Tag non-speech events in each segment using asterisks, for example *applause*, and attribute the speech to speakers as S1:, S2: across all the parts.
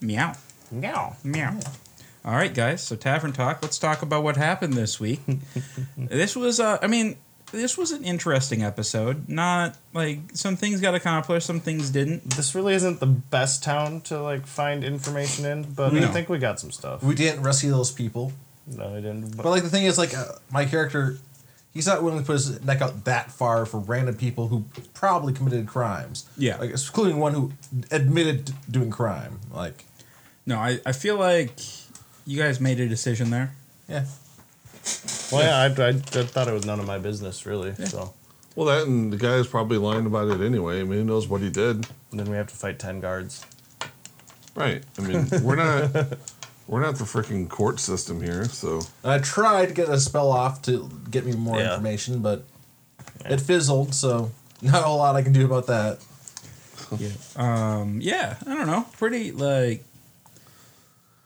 S1: Meow.
S2: No.
S1: Meow. All right, guys. So tavern talk. Let's talk about what happened this week. this was, uh, I mean, this was an interesting episode. Not like some things got accomplished, some things didn't.
S2: This really isn't the best town to like find information in, but I
S1: No.
S2: think we got some stuff.
S3: We didn't rescue those people.
S2: no, we didn't. But,
S3: But like the thing is, like uh, my character, he's not willing to put his neck out that far for random people who probably committed crimes.
S1: Yeah.
S3: like including one who admitted to doing crime. Like,
S1: No, I, I feel like you guys made a decision there.
S3: yeah,
S2: well, yeah, I, I, I thought it was none of my business really. So
S4: Well, that and the guy's probably lying about it anyway. I mean, who knows what he did?
S2: then we have to fight ten guards.
S4: Right. I mean, we're *laughs* not we're not the freaking court system here, so
S3: I tried to get a spell off to get me more
S2: Yeah.
S3: information, but it fizzled. So not a lot I can do about that.
S1: yeah. Um, yeah, I don't know. Pretty like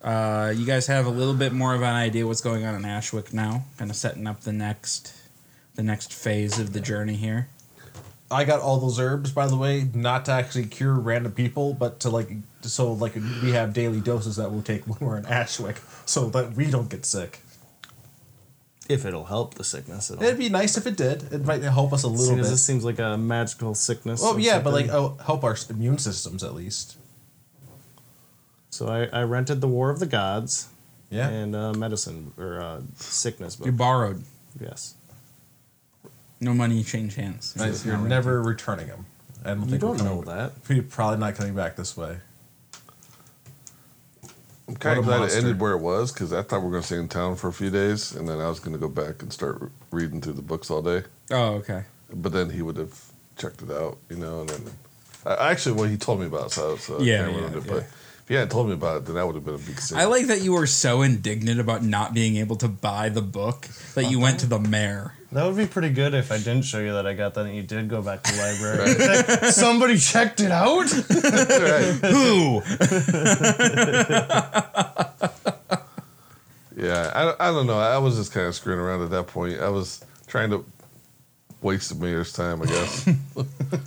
S1: uh, you guys have a little bit more of an idea what's going on in Ashwick now, kind of setting up the next the next phase of the journey here.
S3: I got all those herbs, by the way, not to actually cure random people, but to like so like we have daily doses that we'll take *laughs* when we're in Ashwick, so that we don't get sick.
S2: If it'll help the sickness at all.
S3: It'd be nice if it did. It might help us a little
S2: Seems-
S3: bit.
S2: This seems like a magical sickness.
S3: Well,
S2: or
S3: yeah, but like
S2: something.
S3: oh, help our immune systems at least.
S2: so I, I rented the War of the Gods
S3: uh Yeah,
S2: and uh, medicine or uh, sickness book.
S1: You're borrowed.
S2: yes,
S1: No money change hands.
S3: Right, you're never returning them. I don't
S2: you
S3: think we're
S2: don't know
S3: coming,
S2: that.
S3: We're probably not coming back this way.
S4: I'm
S3: What
S4: kind
S3: a
S4: of glad
S3: monster.
S4: it ended where it was because I thought we were going to stay in town for a few days, and then I was going to go back and start re- reading through the books all day.
S1: Oh, okay.
S4: But then he would have checked it out, you know. And then I, actually, well, he told me about it, so, so I
S1: Yeah,
S4: can't remember
S1: yeah,
S4: it,
S1: yeah.
S4: But if he hadn't told me about it, then that would have been a big sin.
S1: I like that you were so indignant about not being able to buy the book that you went to the mayor.
S2: That would be pretty good if I didn't show you that I got that and you did go back to the library. *laughs* Somebody checked it
S3: *laughs*
S2: out.
S4: Right.
S1: Who?
S4: Yeah, I, don't- I don't know. I was just kind of screwing around at that point. I was trying to waste the mayor's time, I guess,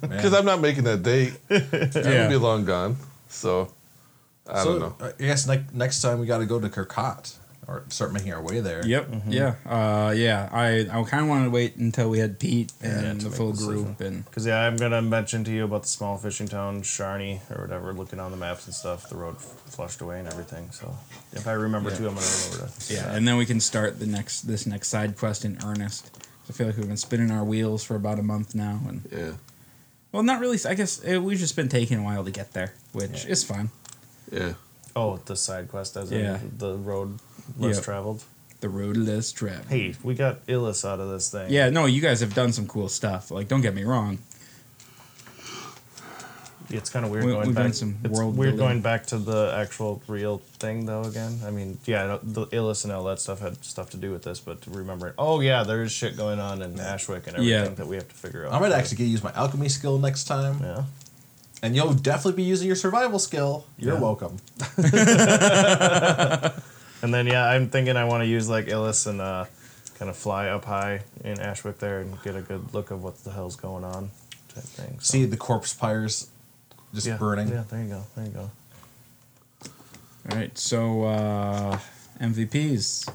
S4: because I'm not making that date. i would be
S1: Yeah.
S4: long gone. So I
S3: so,
S4: don't know.
S3: I guess next next time we got to go to Kirkot or start making our way there.
S1: Yep.
S2: Mm-hmm.
S1: Yeah. Uh, yeah. I, I kind of wanted to wait until we had Pete and
S2: to
S1: the
S2: make
S1: full
S2: a decision.
S1: group and
S2: Because yeah, I'm gonna mention to you about the small fishing town, Sharni or whatever. Looking on the maps and stuff, the road f- flushed away and everything. So if I remember too, I'm gonna remember to.
S1: Yeah, and then we can start the next this next side quest in earnest. I feel like we've been spinning our wheels for about a month now, and
S4: Yeah,
S1: well, not really. I guess uh we've just been taking a while to get there, which
S2: Yeah.
S1: is fine.
S4: yeah.
S2: Oh, the side quest as in
S1: Yeah.
S2: the road less
S1: Yep.
S2: traveled.
S1: The road less traveled.
S2: Hey, we got Illus out of this thing.
S1: Yeah, no, you guys have done some cool stuff. Like, don't get me wrong.
S2: It's kind of weird
S1: We-
S2: going
S1: we've
S2: back.
S1: done some
S2: it's
S1: world
S2: weird
S1: building.
S2: going back to the actual real thing though. Again, I mean, yeah, the Illus and all that stuff had stuff to do with this, but to remember it. Oh yeah, there is shit going on in Ashwick and everything
S1: Yeah.
S2: that we have to figure out.
S3: I might actually get use my alchemy skill next time,
S2: Yeah.
S3: and you'll definitely be using your survival skill. You're
S2: Yeah.
S3: welcome.
S2: And then yeah, I'm thinking I want to use like Illus and uh, kind of fly up high in Ashwick there and get a good look of what the hell's going on, type thing. So,
S3: See the corpse pyres just
S2: yeah,
S3: burning.
S2: Yeah, there you go, there you go.
S1: All right, so uh, MVPs.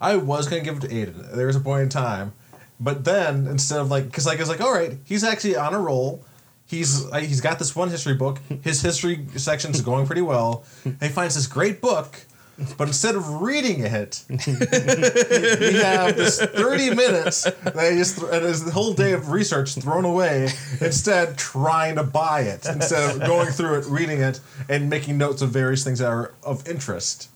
S3: I was gonna give it to Aiden. There was a point in time, but then instead of like, because like I was like, all right, he's actually on a roll. He's I- he's got this one history book. His history section's going pretty well. And he finds this great book, but instead of reading it, we have this thirty minutes that he just and his whole day of research thrown away. Instead, trying to buy it instead of going through it, reading it, and making notes of various things that are of interest.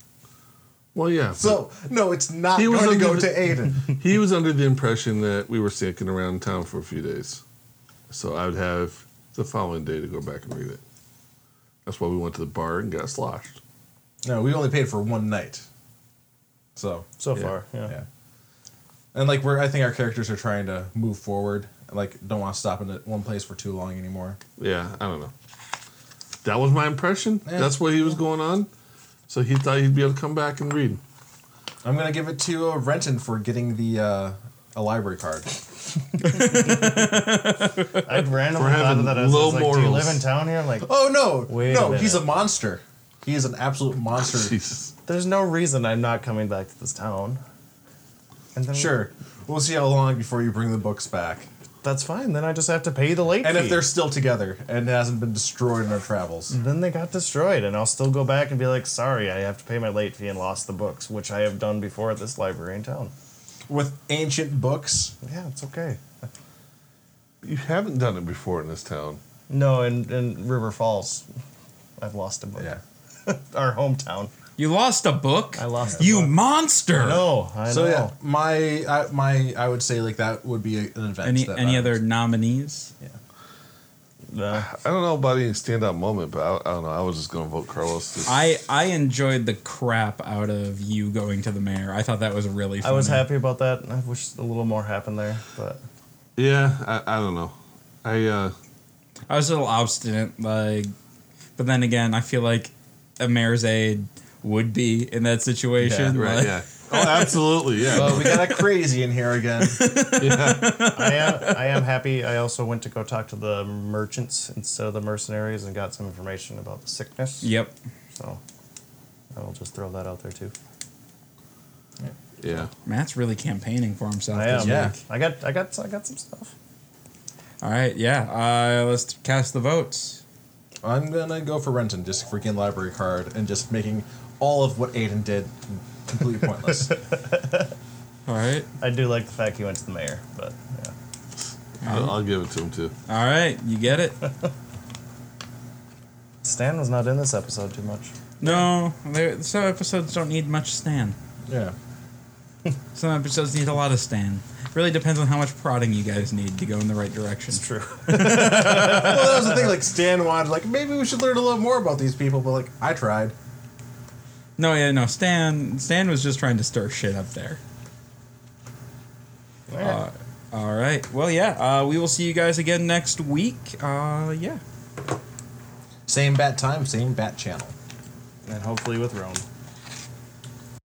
S4: Well, yeah.
S3: So no, it's not
S4: He was
S3: going to go
S4: under
S3: to
S4: the-
S3: Aiden.
S4: he was under the impression that we were sneaking around town for a few days, so I would have the following day to go back and read it. That's why we went to the bar and got sloshed.
S3: No, we only paid for one night. So
S2: So
S4: Yeah,
S2: far, yeah. *laughs*
S3: yeah, and like we're I think our characters are trying to move forward. Like don't want to stop in it- one place for too long anymore.
S4: Yeah, I don't know. That was my impression.
S3: Yeah.
S4: That's what he was going on. So he thought he'd be able to come back and read.
S3: I'm gonna give it to uh, Renton for getting the uh, a library card.
S2: I'd randomly thought
S4: We're having
S2: of that as I was
S4: low
S2: like, do you live
S4: morals.
S2: in town here? Like,
S3: Oh no,
S2: Wait a
S3: no,
S2: minute.
S3: he's a monster. He is an absolute monster.
S4: Jesus.
S2: There's no reason I'm not coming back to this town. And then
S3: sure, we'll see how long before you bring the books back,
S2: that's fine. Then I just have to pay the late
S3: and
S2: fee.
S3: if they're still together and hasn't been destroyed in our travels.
S2: then they got destroyed, and I'll still go back and be like, sorry, I have to pay my late fee and lost the books, which I have done before at this library in town.
S3: With ancient books,
S2: Yeah, it's okay.
S4: You haven't done it before in this town.
S2: No, in, in River Falls, I've lost a book.
S3: yeah.
S2: Our hometown.
S1: You lost a book.
S2: I lost a
S1: You
S2: book.
S1: monster.
S2: No, I
S3: So
S2: know.
S3: yeah, my I, my I would say like that would be a- an event.
S1: Any
S3: that
S1: any
S3: I-
S1: other nominees?
S2: No.
S3: Ah,
S4: I don't know about any standout moment, but I, I don't know. I was just going to vote Carlos. This-
S1: I I enjoyed the crap out of you going to the mayor. I thought that was really.
S2: I
S1: Funny.
S2: was happy about that. and I wish a little more happened there,
S3: *laughs*
S2: but
S4: yeah, I, I don't know. I uh,
S1: I was a little obstinate, like, but then again, I feel like a mayor's aide would be in that situation.
S4: right,
S1: like-
S4: yeah. Oh, absolutely, *laughs* yeah.
S3: Oh, we got a crazy in here again. *laughs*
S2: I am I am happy. I also went to go talk to the merchants instead of the mercenaries and got some information about the sickness.
S1: Yep.
S2: So I'll just throw that out there too.
S4: yeah.
S1: Matt's really campaigning for himself.
S2: I
S1: this
S2: am.
S1: week.
S3: Yeah.
S2: I got I got I got some stuff.
S1: All right. Yeah. Uh, let's cast the votes.
S3: I'm gonna go for Renton, just freaking library card, and just making all of what Aiden did completely
S1: *laughs*
S3: pointless.
S1: All right.
S2: I do like the fact he went to the mayor, but yeah.
S4: I'll, I'll give it to him too.
S1: All right. You get
S2: *laughs*
S1: it.
S2: Stan was not in this episode too much.
S1: No, they- some episodes don't need much Stan.
S3: yeah.
S1: Some episodes need a lot of Stan. Really depends on how much prodding you guys need to go in the right direction.
S2: True.
S3: Well, that was the thing. Like Stan wanted, like maybe we should learn a little more about these people, but like I tried.
S1: No, yeah, no. Stan, Stan was just trying to stir shit up there. Uh, all right. Well, yeah. Uh, we will see you guys again next week. Uh, yeah.
S3: Same bat time, same bat channel.
S2: and hopefully with Rome.